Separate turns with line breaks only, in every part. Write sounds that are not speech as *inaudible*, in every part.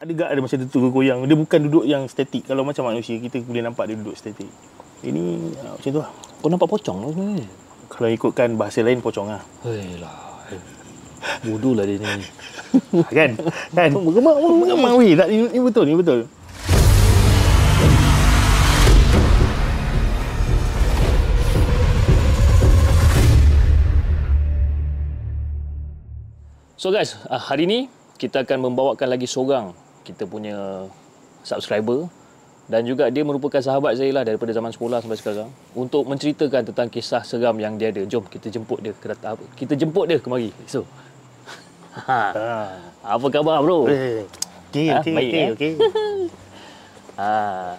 Ada gak ada macam tu goyang. Dia bukan duduk yang statik. Kalau macam manusia kita boleh nampak dia duduk statik. Ini ah, macam tu lah.
Kau nampak pocong lah sebenarnya.
Kalau ikutkan bahasa lain pocong *laughs* lah.
Hei lah. Bodoh lah dia ni.
kan? *laughs* Kan? Menggemak, menggemak. Weh, tak, ni, ni betul, ni betul.
So guys, ah, hari ni kita akan membawakan lagi seorang kita punya subscriber dan juga dia merupakan sahabat saya lah daripada zaman sekolah sampai sekarang untuk menceritakan tentang kisah seram yang dia ada. Jom kita jemput dia ke datang, kita jemput dia kemari. So. Ha.
Ha.
Apa khabar bro?
Eh, Okey,
Ah,
okey,
baik,
okey,
eh.
okey.
Ha.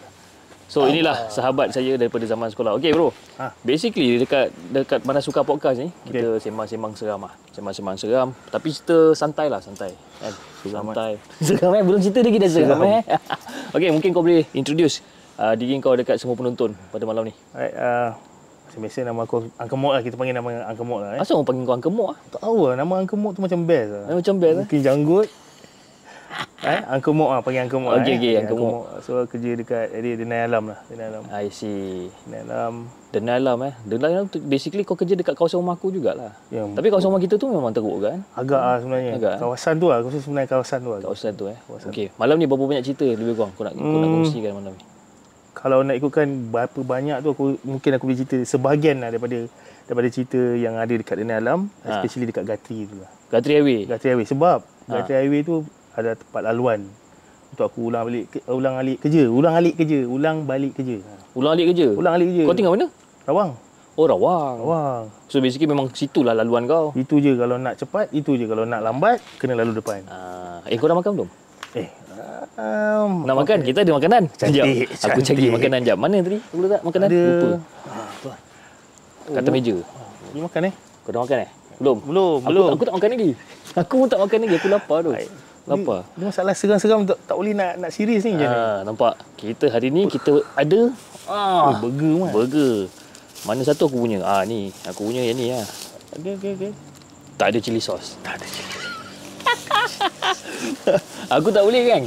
So inilah sahabat saya daripada zaman sekolah. Okey bro.
Ha.
Ha. Basically dekat dekat mana suka podcast ni kita sembang-sembang seram ah. Sembang-sembang seram tapi cerita santai lah santai. Kan? Santai. *laughs* Seram eh belum cerita lagi dah seram eh. *laughs* Okey mungkin kau boleh introduce uh, diri kau dekat semua penonton pada malam ni.
Alright, uh, macam biasa nama aku Uncle Mok lah. Kita panggil nama Uncle Mok lah. Eh.
Asal orang panggil kau Angkemok ah?
Tak tahu lah, nama Uncle Mok tu macam best lah.
Eh, Macam best eh.
Mungkin *laughs* janggut. eh, Uncle Mok lah, panggil Uncle Mok. eh.
Okey, okey,
Panggil
Uncle Mok.
So, kerja dekat area Denai Alam lah. Denai Alam.
I see.
Denai Alam.
Denai Alam eh. Denai Alam tu basically kau kerja dekat kawasan rumah aku jugalah.
Ya,
Tapi kawasan rumah kita tu memang teruk kan?
agak lah sebenarnya.
Agak, eh.
Kawasan tu lah, aku rasa sebenarnya kawasan tu Hmm. lah.
Kawasan tu eh. Okey, malam ni berapa banyak cerita lebih kurang kau nak kau nak kongsikan malam ni?
Kalau nak ikutkan berapa banyak tu, aku mungkin aku boleh cerita sebahagian lah daripada daripada cerita yang ada dekat Denai Alam.
Ha.
Especially dekat Gatri tu lah.
Gatri Highway.
Gatri Highway. Sebab Gatri Highway tu ada tempat laluan untuk aku ulang balik ke- uh, ulang alik kerja ulang alik kerja ulang balik kerja Ha.
Ulang alik kerja.
ulang alik kerja
Kau tinggal mana?
Rawang
Oh, Rawang.
Rawang
So basically memang situlah laluan kau.
Itu je kalau nak cepat, itu je kalau nak lambat kena lalu depan.
Ah, eh kau dah makan belum?
Eh. Um,
Nak makan? Kita ada makanan.
Cantik,
Sekejap. Aku cari
cantik.
makanan jap. Mana tadi? Aku letak makanan.
ada
Lupa. Kat atas
Oh.
meja.
Ni makan eh?
Kau dah makan eh? Belum.
Belum,
Aku,
belum.
aku tak makan lagi. Aku pun tak makan lagi. Aku lapar tu. Lapar.
Ni, ni masalah lah, seram-seram tak, tak boleh nak nak serius ni macam ni.
Ah, nampak. Kita hari ni kita ada ah,
Oh, burger man.
burger. Mana satu aku punya? Ah ni, aku punya yang ni lah.
Okey okey okey.
Tak ada cili sos. Tak ada cili. *laughs* aku tak boleh kan?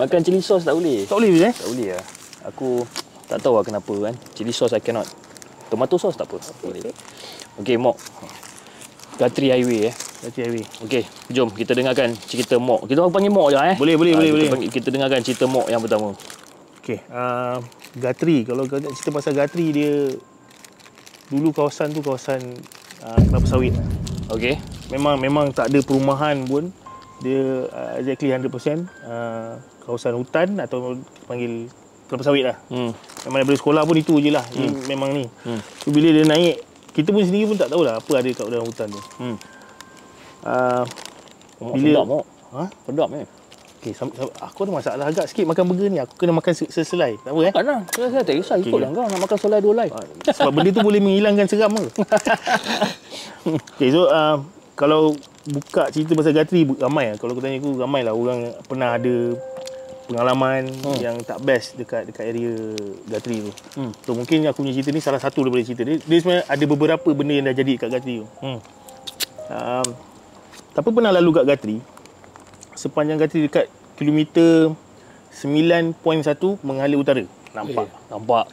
Makan cili sos tak boleh.
Tak boleh eh?
Tak boleh lah. Aku tak tahu lah kenapa kan. Cili sos I cannot. Tomato sos tak apa. Boleh. Okay, Mok. Gatri Highway eh.
Nanti Harry.
Okey, jom kita dengarkan cerita Mok. Kita orang panggil Mok je eh.
Boleh, boleh,
Ah,
boleh,
kita
boleh.
panggil- kita dengarkan cerita Mok yang pertama.
Okey, uh, Gatri. Kalau kau nak cerita pasal Gatri dia dulu kawasan tu kawasan uh, kelapa sawit.
Okey.
Memang memang tak ada perumahan pun. Dia uh, exactly 100% uh, kawasan hutan atau panggil kelapa sawit lah.
Hmm.
Memang daripada sekolah pun itu je lah hmm. Memang ni hmm. So bila dia naik Kita pun sendiri pun tak tahulah Apa ada kat dalam hutan tu
Hmm.
uh,
Mok
Bila-
sedap Mok.
ha?
Sedap eh.
okay, sam- sam- Aku ada masalah agak sikit Makan burger ni Aku kena makan se- seselai Tak apa *laughs* eh
Kan lah. Saya tak kisah ikut lah kau nak makan solai dua lai.
Sebab benda tu boleh menghilangkan seram ke *laughs* Okay so uh, Kalau buka cerita pasal Gatri bu- Ramai lah Kalau aku tanya aku Ramai lah orang yang pernah ada Pengalaman hmm. yang tak best dekat dekat area Gatri tu hmm. So mungkin aku punya cerita ni salah satu daripada cerita dia Dia sebenarnya ada beberapa benda yang dah jadi dekat Gatri tu
Hmm.
um, Tapi pernah lalu kat Gatri Sepanjang Gatri dekat kilometer 9.1 menghala utara Nampak
Eh. Nampak.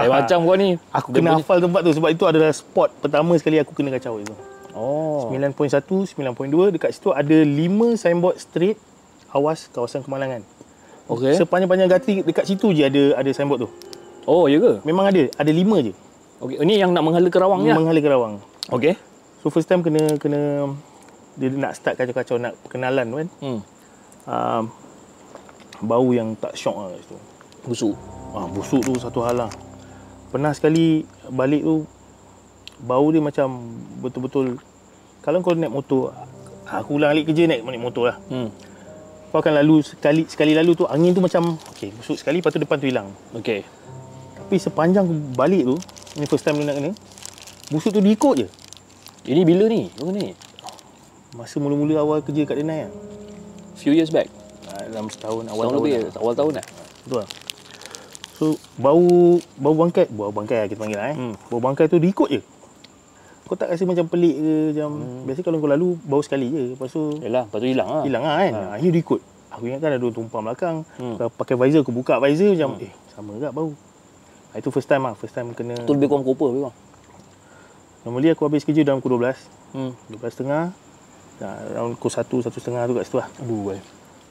Lain macam kau ni.
Aku
Dia
kena
punya-
hafal tempat tu sebab itu adalah spot pertama sekali aku kena kacau itu.
Oh.
9.1, 9.2 dekat situ ada 5 signboard street awas kawasan kemalangan.
Okey.
Sepanjang-panjang Gatri dekat situ je ada ada signboard tu.
Oh, ya ke?
Memang ada, ada 5 je.
Okey, ini yang nak menghala ke Rawang ni lah.
Menghala Kerawang.
Okey.
So first time kena kena dia nak start kacau-kacau nak perkenalan tu kan.
Hmm.
Um, bau yang tak syok lah kat situ.
Busuk.
Ah, busuk tu satu hal lah. Pernah sekali balik tu bau dia macam betul-betul kalau kau naik motor aku ulang alik kerja naik naik motor lah.
Hmm.
Kau akan lalu sekali sekali lalu tu angin tu macam okey busuk sekali lepas tu depan tu hilang.
Okey.
Tapi sepanjang balik tu ni first time dia nak kena busuk tu diikut je.
Ini bila ni? Bila ni?
Masa mula-mula awal kerja kat Denai lah.
Few years back.
Ah, Dalam setahun awal
Tahun
tahun.
lebih. Awal tahun lah.
Betul lah. So bau bau bangkai, bau bangkai lah kita panggil lah eh. Hmm.
Hmm.
Bau bangkai tu diikut je. Kau tak rasa macam pelik ke macam hmm. biasa kalau kau lalu bau sekali je. Lepas tu Ah.
Yalah, lepas tu hilang lah.
hilang lah kan. Ha. Ini diikut. Aku ingat kan ada orang tumpang belakang. Hmm. Kalau pakai visor, aku buka visor macam, hmm. eh, sama juga bau. Ah, Itu first time lah. First time kena.
Tu lebih kurang koper lebih kurang.
Normally aku habis kerja dalam pukul 12.
Hmm.
12.30. Nah, Ah, round pukul 1, 1.30 tu kat situ lah.
Aduh eh.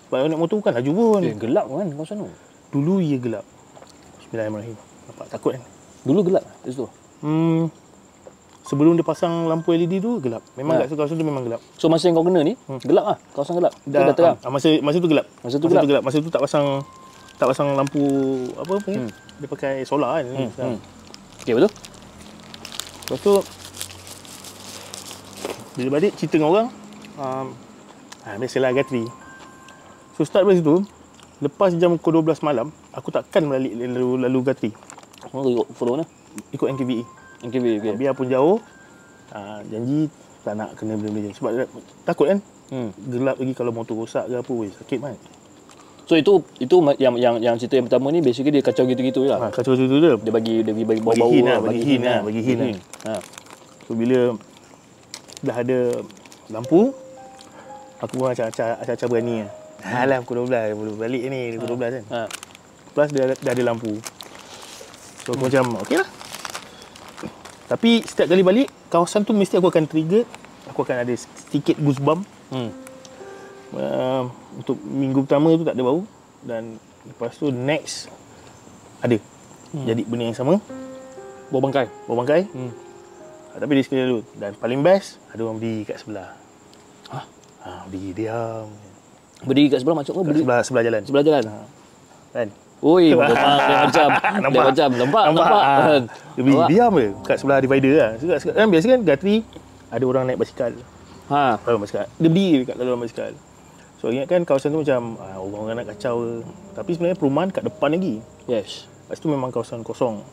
Sebab naik motor bukan laju pun.
Eh, gelap kan kau sana.
Dulu ia gelap. Bismillahirrahmanirrahim. Nampak takut kan?
Dulu gelap kat situ.
Hmm, sebelum dia pasang lampu LED tu gelap. Memang
Ha.
kat kawasan tu memang gelap.
So masa yang kau kena ni, hmm. gelap ah. Kawasan gelap. Dah, dah terang.
ah, masa masa tu gelap.
Masa tu
tu gelap. Masa tu tak pasang tak pasang lampu apa apa hmm. dia pakai solar kan. Hmm.
Hmm. Okey betul?
Lepas tu bila balik cerita dengan orang um, ah, biasalah Gatri. So start dari situ lepas jam pukul 12 malam aku takkan balik lalu, lalu Gatri
Kau ikut follow mana?
ikut NKBE.
MKB okey.
Okay. Biarpun E. jauh ah, janji tak nak kena benda-benda macam- sebab takut kan
Hmm.
gelap lagi kalau motor rosak ke apa weh sakit man.
So itu itu ma- yang yang yang cerita yang pertama ni basically dia kacau gitu-gitu je lah.
Ha, kacau tu dia.
Dia bagi dia bagi
Bagi
bagi bau-bau
hint lah, bagi hint lah, bagi hint lah.
Ha.
So bila dah ada lampu aku pun acak-acak acak-acak berani lah. Alah pukul 12 baru balik ni pukul 12 kan.
Ha.
Plus dah, dah ada lampu. So aku macam okey lah. Tapi setiap kali balik kawasan tu mesti aku akan trigger aku akan ada sedikit goosebump
Hmm.
uh, untuk minggu pertama tu tak ada bau dan lepas tu next ada. Jadi benda yang sama
Bau bangkai.
bau bangkai.
Hmm.
Ah, Tapi dia sekali dulu Dan paling best Ada orang berdiri kat sebelah
Hah?
ha, Berdiri diam
Berdiri kat sebelah macam kau
Kat
berdiri
sebelah, sebelah jalan
sebelah jalan.
kan? *laughs*
Oi, memang dia macam dia macam nampak nampak. Ha.
Ah,
nampak.
Dia berdiri diam je Kat sebelah divider lah Sekarang, sekarang, kan biasa kan Gatri Ada orang naik basikal
Ha.
Laluan basikal Dia berdiri dekat laluan basikal So ingat kan kawasan tu macam ah, Orang-orang nak kacau ke Tapi sebenarnya perumahan kat depan lagi
Yes.
Lepas tu memang kawasan kosong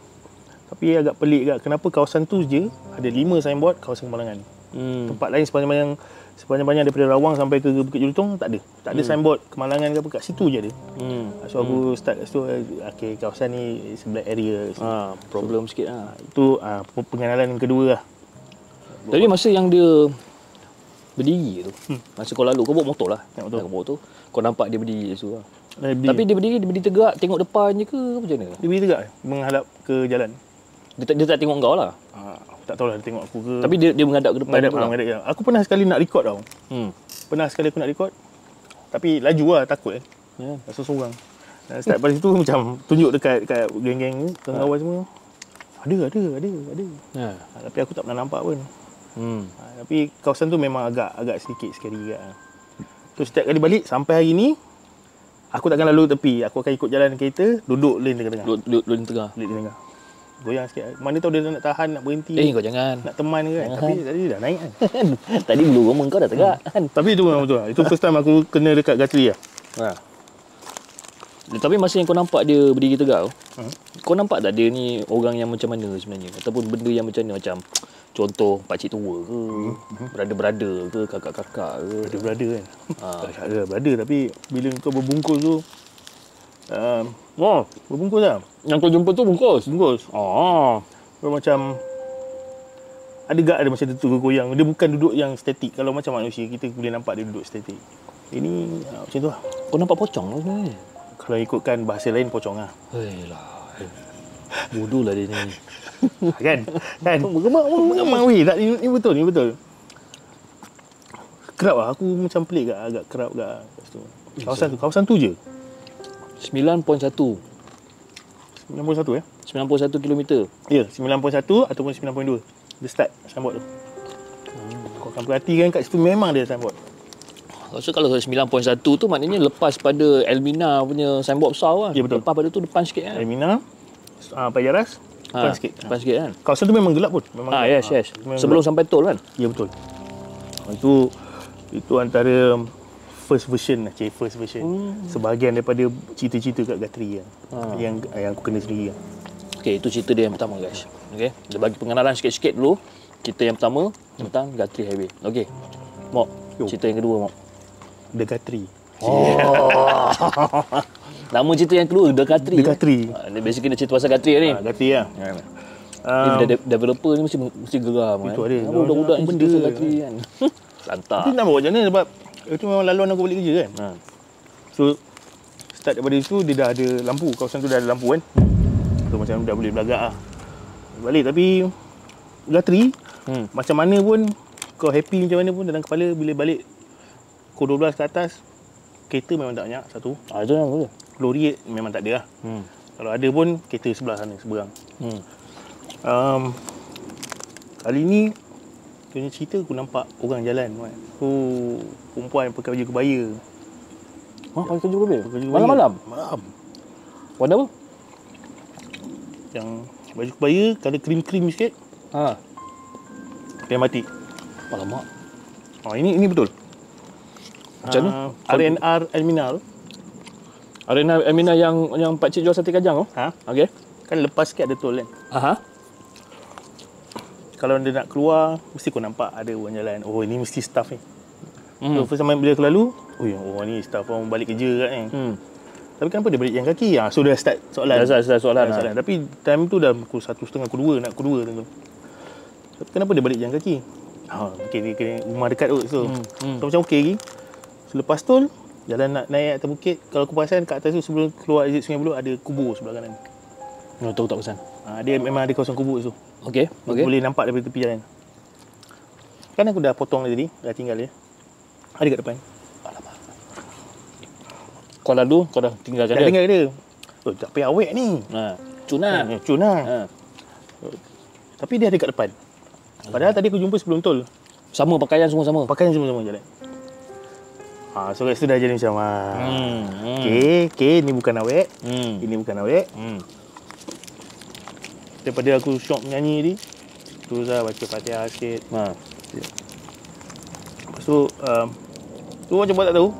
Tapi agak pelik kat Kenapa kawasan tu je Ada lima signboard Kawasan Kemalangan
Hmm.
Tempat lain sepanjang-panjang sepanjang-panjang daripada Rawang sampai ke Bukit Jelutong tak ada. Tak ada hmm. signboard kemalangan ke apa kat situ je ada.
Hmm.
So aku start kat situ eh, okay, kawasan ni sebelah area. Ha.
Ha, problem sikit ah.
Itu ah, pe- pengenalan kedua lah.
Tapi masa yang dia berdiri tu, hmm. masa kau lalu kau bawa motor lah.
Ya, betul.
Kau bawa motor, kau nampak dia berdiri kat situ lah.
Dia berdiri.
Tapi dia berdiri, dia berdiri tegak, tengok depan je ke macam mana?
dia berdiri tegak menghadap ke jalan.
Dia tak, dia tak tengok kau lah.
Ah, aku tak tahulah dia tengok aku ke.
Tapi dia, dia menghadap ke depan
Hmm. menghadap, lah.
tu
ah,
lah.
menghadap jalan. Aku pernah sekali nak record tau.
Hmm.
Pernah sekali aku nak record. Tapi laju lah takut eh.
Ya.
Rasa seorang. Dan start pada situ *laughs* macam tunjuk dekat dekat geng-geng ni, kawan-kawan semua. Ada, ada, ada, ada.
Ya.
Ah, tapi aku tak pernah nampak pun.
Hmm.
Ha, tapi kawasan tu memang agak agak sedikit scary juga. Ha. So setiap kali balik sampai hari ni aku takkan lalu tepi. Aku akan ikut jalan kereta, duduk lane tengah-tengah.
Lu, lu, lu tengah.
Lane tengah. Goyang sikit. Mana tahu dia nak tahan, nak berhenti,
Eh kau jangan.
nak teman ke kan. Tapi tadi dia dah naik kan.
*laughs* Tadi bulu rumah kau dah tegak kan.
tapi itu memang betul. lah. Itu first time aku kena dekat Gatri lah.
Ha. Tapi masa yang kau nampak dia berdiri tegak tu, kau nampak tak dia ni orang yang macam mana sebenarnya? Ataupun benda yang macam mana? Macam contoh pakcik tua ke, Hmm. berada-berada ke, kakak-kakak ke.
Ada brother kan.
Ha.
Tak ada brother tapi bila kau berbungkus tu um, Wah, berbungkus lah.
*laughs* Yang kau jumpa tu bungkus.
Bungkus.
Oh.
Dia macam ada gak ada macam dia tergoyang. Dia bukan duduk yang statik. Kalau macam manusia kita boleh nampak dia duduk statik. Ini ah, macam tu lah.
Kau nampak pocong lah sebenarnya.
Kalau ikutkan bahasa lain pocong lah.
Hei lah. Bodoh lah dia ni.
kan? Kan? Mengemak, mengemak. Weh, tak, ni, ni betul, ni betul. Kerap lah. Aku macam pelik gak, agak kerap gak. Lepas tu. Kawasan tu, kawasan tu je.
9.1.
91 eh?
91 kilometer.
Ya, 91 ataupun 9.2. Dia start signboard tu. Kau akan perhatikan kat situ memang dia signboard.
Rasa kalau 9.1 tu maknanya lepas pada Elmina punya signboard besar kan.
Ya, betul.
Lepas pada tu depan sikit kan.
Elmina, uh, Pajaras, ha. depan sikit.
Depan sikit kan.
Kawasan tu memang gelap pun. Memang
Ah
gelap.
yes yes.
memang
Sebelum
gelap.
sampai tol kan.
Ya betul. Ah, Itu itu antara first version lah, cik, first version.
Oh.
Hmm. Sebahagian daripada cerita-cerita kat Gatri lah.
Ha.
Yang yang aku kena sendiri lah.
Okey itu cerita dia yang pertama guys. Okey. Dia bagi pengenalan sikit-sikit dulu. Cerita yang pertama tentang Gatri Highway. Okey. Mok,
Yo.
cerita yang kedua Mok.
The Gatri.
Eh, Nama cerita yang kedua The Gatri.
The Gatri.
Ah, dia basically dia cerita pasal Gatri ni.
Ha, Gatri lah.
Ha.
Um,
Ni de- developer ni mesti mesti geram kan.
Itu ada.
Apa budak-budak ni cerita
Benda lah.
pasal Gatri kan. *laughs* Santai.
Tapi nak buat macam mana sebab itu memang laluan aku balik kerja kan.
Ha.
So So start daripada situ dia dah ada lampu. Kawasan tu dah ada lampu kan. So macam dah boleh belagak lah. Balik tapi Gatri
Hmm.
macam mana pun kau happy macam mana pun dalam kepala bila balik kau 12 ke atas kereta memang tak banyak satu.
Ah, itu yang betul.
Lori memang tak ada lah.
Hmm.
Kalau ada pun kereta sebelah sana seberang.
Hmm.
Um, kali ni dia punya cerita aku nampak orang jalan kan. Tu perempuan pakai baju kebaya.
Ah, pakai kerja mobil.
Pakai baju kebaya.
Malam-malam.
Malam.
Warna apa?
Yang baju kebaya kalau krim-krim sikit
Ha.
dia mati.
Alamak.
Ha ini ini betul.
Macam mana?
Ah, RNR Alminal.
Arena Amina yang yang pak cik jual sate kajang tu.
Ha?
oh? Okey.
Kan lepas sikit ada tol kan.
Aha.
Kalau dia nak keluar mesti kau nampak ada orang jalan. Oh ini mesti staff ni.
Hmm.
So first time bila aku lalu, oh orang ni staff orang balik kerja kat ni.
Hmm.
Tapi kenapa dia balik yang kaki? Ha, so dah start soalan.
Dah dah
Tak
soalan. lah. Dah
salah. Tapi time tu dah pukul satu setengah, pukul dua, nak pukul dua tu. Tapi kenapa dia balik jalan kaki? Ha, okay, dia kena rumah dekat kot. So,
Hmm,
hmm,
hmm.
so macam okey lagi. So, lepas tu, jalan nak naik atas bukit. Kalau aku perasan, kat atas tu sebelum keluar exit Sungai Buloh, ada kubur sebelah kanan.
Oh, tahu tak pesan.
Ha, dia memang ada kawasan kubur tu.
Okey.
Okay.
Okey.
Boleh nampak daripada tepi jalan. Kan aku dah potong dia tadi, dah tinggal dia. Ada kat depan.
Kau lalu, kau dah tinggalkan
Dah
dia.
tinggal dia. Oh, tak payah awet ni.
Ha. Cuna.
Ha, cun lah.
Ha.
Tapi dia ada kat depan. Padahal tadi aku jumpa sebelum tol.
Sama pakaian semua sama.
Pakai semua-semua jalan. Ha, so kat situ dah jadi macam ha. Hmm.
Hmm. hmm.
Okay, okay, ni bukan awet.
Hmm.
Ini bukan awet.
Hmm.
Daripada aku syok menyanyi ni, terus lah baca Fatihah sikit.
Ha.
Lepas tu, um, tu macam buat tak tahu.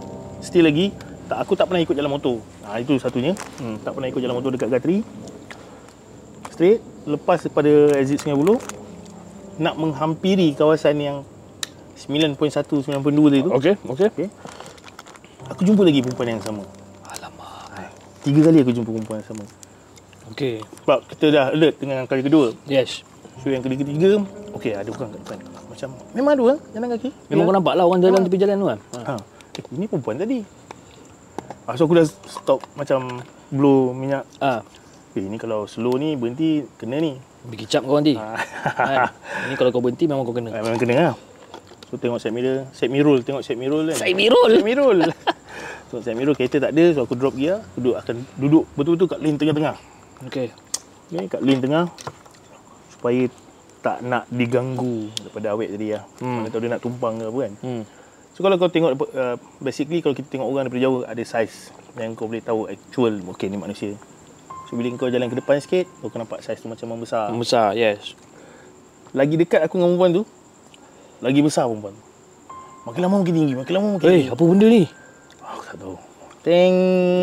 Still lagi, tak, aku tak pernah ikut jalan motor. Ha, itu satunya. Hmm, tak pernah ikut jalan motor dekat Gatri. Straight, lepas daripada exit Sungai Buloh, nak menghampiri kawasan yang 9.1, 9.2 tadi tu.
Okey, okey.
Aku jumpa lagi perempuan yang sama.
Alamak.
Tiga kali aku jumpa perempuan yang sama.
Okey.
Sebab kita dah alert dengan kali kedua.
Yes.
So yang kali ketiga, okey ada orang kat depan. Macam memang ada orang jalan kaki. Ya.
Memang kau
Dia-
nampak lah orang jalan tepi jalan tu kan? Ha.
Ha. Eh, ini perempuan tadi. Ah, so aku dah stop macam blow minyak.
Ha.
Eh, ni kalau slow ni berhenti kena ni.
Bagi cap
*laughs*
kau nanti.
Ah,
Ha. Ini kalau kau berhenti memang kau kena.
memang kena lah. So tengok set mirror, set mirror tengok set mirror kan.
Saya birul.
Set mirror. *laughs* so set mirror kereta tak ada, so aku drop gear, aku duduk akan duduk betul-betul kat lane tengah-tengah.
Okey.
Ni kat lane tengah supaya tak nak diganggu daripada awet tadi lah. Hmm. Mana tahu dia nak tumpang ke apa kan.
Hmm.
So kalau kau tengok uh, basically kalau kita tengok orang daripada jauh ada size yang kau boleh tahu actual okey ni manusia. So bila kau jalan ke depan sikit kau akan nampak size tu macam membesar. Hmm.
Besar, yes.
Lagi dekat aku dengan perempuan tu lagi besar perempuan tu. Makin lama makin tinggi, makin lama makin
Eh,
tinggi.
apa benda ni?
Aku tak tahu. Teng.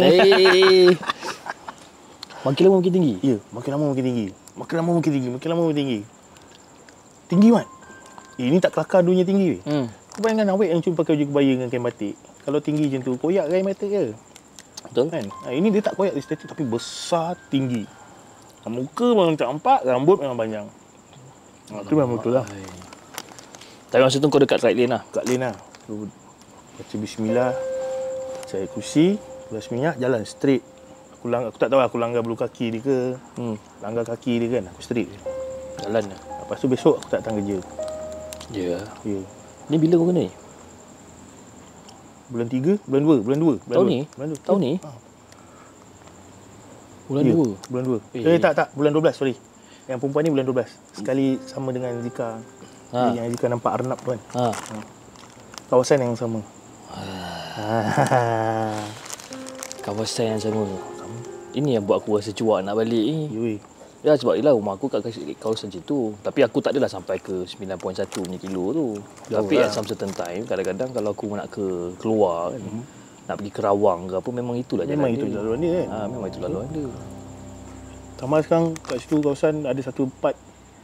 Eh. *laughs* Makin lama makin tinggi.
Ya, makin lama makin tinggi. Makin lama makin tinggi, makin lama makin tinggi. Tinggi Mat. Eh, ini tak kelakar dunia tinggi weh.
Hmm.
Kau bayangkan awet yang cuma pakai baju kebaya dengan kain batik. Kalau tinggi macam tu, koyak kain batik je.
Betul?
Kan? Ha, ini dia tak koyak dia statue tapi besar, tinggi. Ha, Muka memang tak nampak, rambut memang panjang. Ha, tu memang betul lah.
Tapi masa tu kau dekat right lane lah.
Kat lane lah. So, baca bismillah, saya kursi, belas minyak, jalan straight. Aku, lang- aku tak tahu lah, aku langgar bulu kaki dia ke,
Hmm.
langgar kaki dia kan, aku straight je.
Jalan lah.
Lepas tu besok aku tak datang kerja.
Ya. Yeah.
Ya.
Ni bila kau kena ni?
Bulan 3, bulan 2, bulan 2. Bulan
Tahun
dua.
ni?
Bulan dua.
Tahun ni?
Ha,
Bulan
ya,
2.
Bulan 2.
Eh.
Eh. tak, tak. Bulan 12, sorry. Yang perempuan ni bulan 12. Sekali sama dengan Zika.
Ha.
Ha. Yang Zika nampak Arnab tu kan.
Ha.
Kawasan yang sama. Ah. *laughs*
Kawasan yang sama. Ini yang buat aku rasa cuak nak balik ni.
Yui.
Ya sebab ialah rumah aku kat kasi- kawasan situ. Tapi aku tak adalah sampai ke 9.1 punya kilo tu.
Jauh
Tapi
lah.
at some certain time kadang-kadang kalau aku nak ke keluar kan. Nak pergi Kerawang ke apa memang itulah jalan
Mhm. Memang
dia.
itu jalan dia kan.
Ha, memang itu laluan dia.
Tambah sekarang kat situ kawasan ada satu part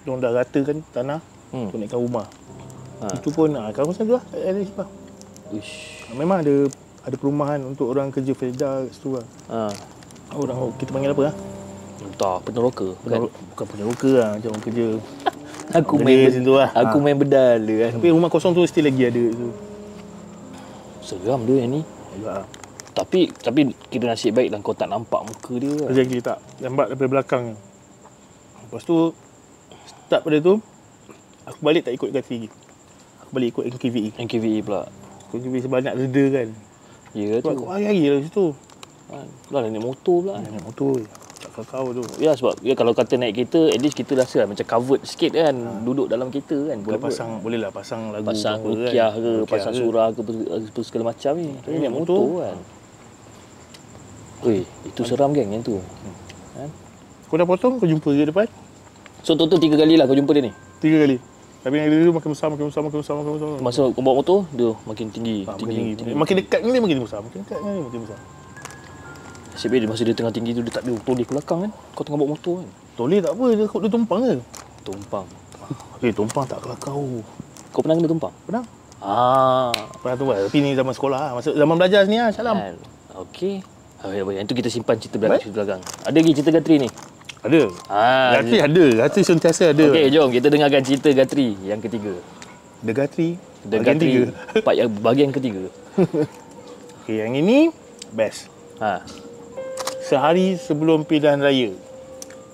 diorang dah ratakan tanah
Hmm.
untuk naikkan rumah.
Ha.
Itu pun ah, kawasan tu lah. tak Ada sipah.
Uish.
Memang ada ada perumahan untuk orang kerja Felda kat situ lah.
Ha.
Orang kita panggil apa lah?
Entah peneroka bukan.
Bukan, bukan peneroka lah. Macam orang kerja.
Aku
Benda
main
macam tu lah.
Aku
Ha.
main bedal dia kan.
Tapi rumah kosong tu still lagi ada tu.
Seram dia yang ni.
Juga lah.
Tapi tapi kira nasib baik dan kau tak nampak muka dia. Kan?
Exactly tak Lambat daripada belakang je. Lepas tu Start pada tu Aku balik tak ikut kat lagi Aku balik ikut NKVE
NKVE pula.
Aku NKVE sebab nak reda kan
Ya
Sebab aku
tu.
hari-hari lah situ
Kan. Lah naik motor pula.
Naik motor je. Tak kakau tu
Ya sebab ya kalau kata naik kereta at least kita rasa lah, macam covered sikit kan duduk dalam kereta kan
Boleh
boleh
pasang Boleh lah pasang lagu
pasang
apa
rukiah ke,
Rukiah
pasang
ke.
surah ke apa- apa segala macam ni. Tapi naik motor,
motor.
kan. Oi, itu seram geng yang tu.
Kau dah potong Kau jumpa dia depan
So total tiga kali lah kau jumpa dia ni.
Tiga kali Tapi yang dia tu makin besar Makin besar Makin besar Makin besar
Masa kau bawa motor, dia Ah, makin
ha,
tinggi,
makin
tinggi,
tinggi,
tinggi.
Makin dekat dengan dia Makin besar Makin dekat dengan dia Makin besar
Nasib baik dia masa dia tengah tinggi tu dia tak boleh toleh ke belakang kan. Kau tengah bawa motor kan.
Toleh tak apa Dia, dia tumpang ke
Tumpang.
Eh tumpang tak kelakau
Kau pernah kena tumpang?
Pernah
Ah.
Pernah tumpang kan, Tapi ni zaman sekolah lah. Masa zaman belajar ni lah Salam
Kan. Okey. Ah, ya, baik. Yang tu kita simpan cerita belakang, cerita belakang. Ada lagi cerita Gatri ni?
Ada
Ah.
Gatri ada Gatri sentiasa ada
Okey, jom kita dengarkan cerita Gatri yang ketiga.
The Gatri
The
Bahagian
Gatri
tiga.
*laughs* part yang bahagian ketiga.
Okay yang ini Best
Ha.
Sehari sebelum pilihan raya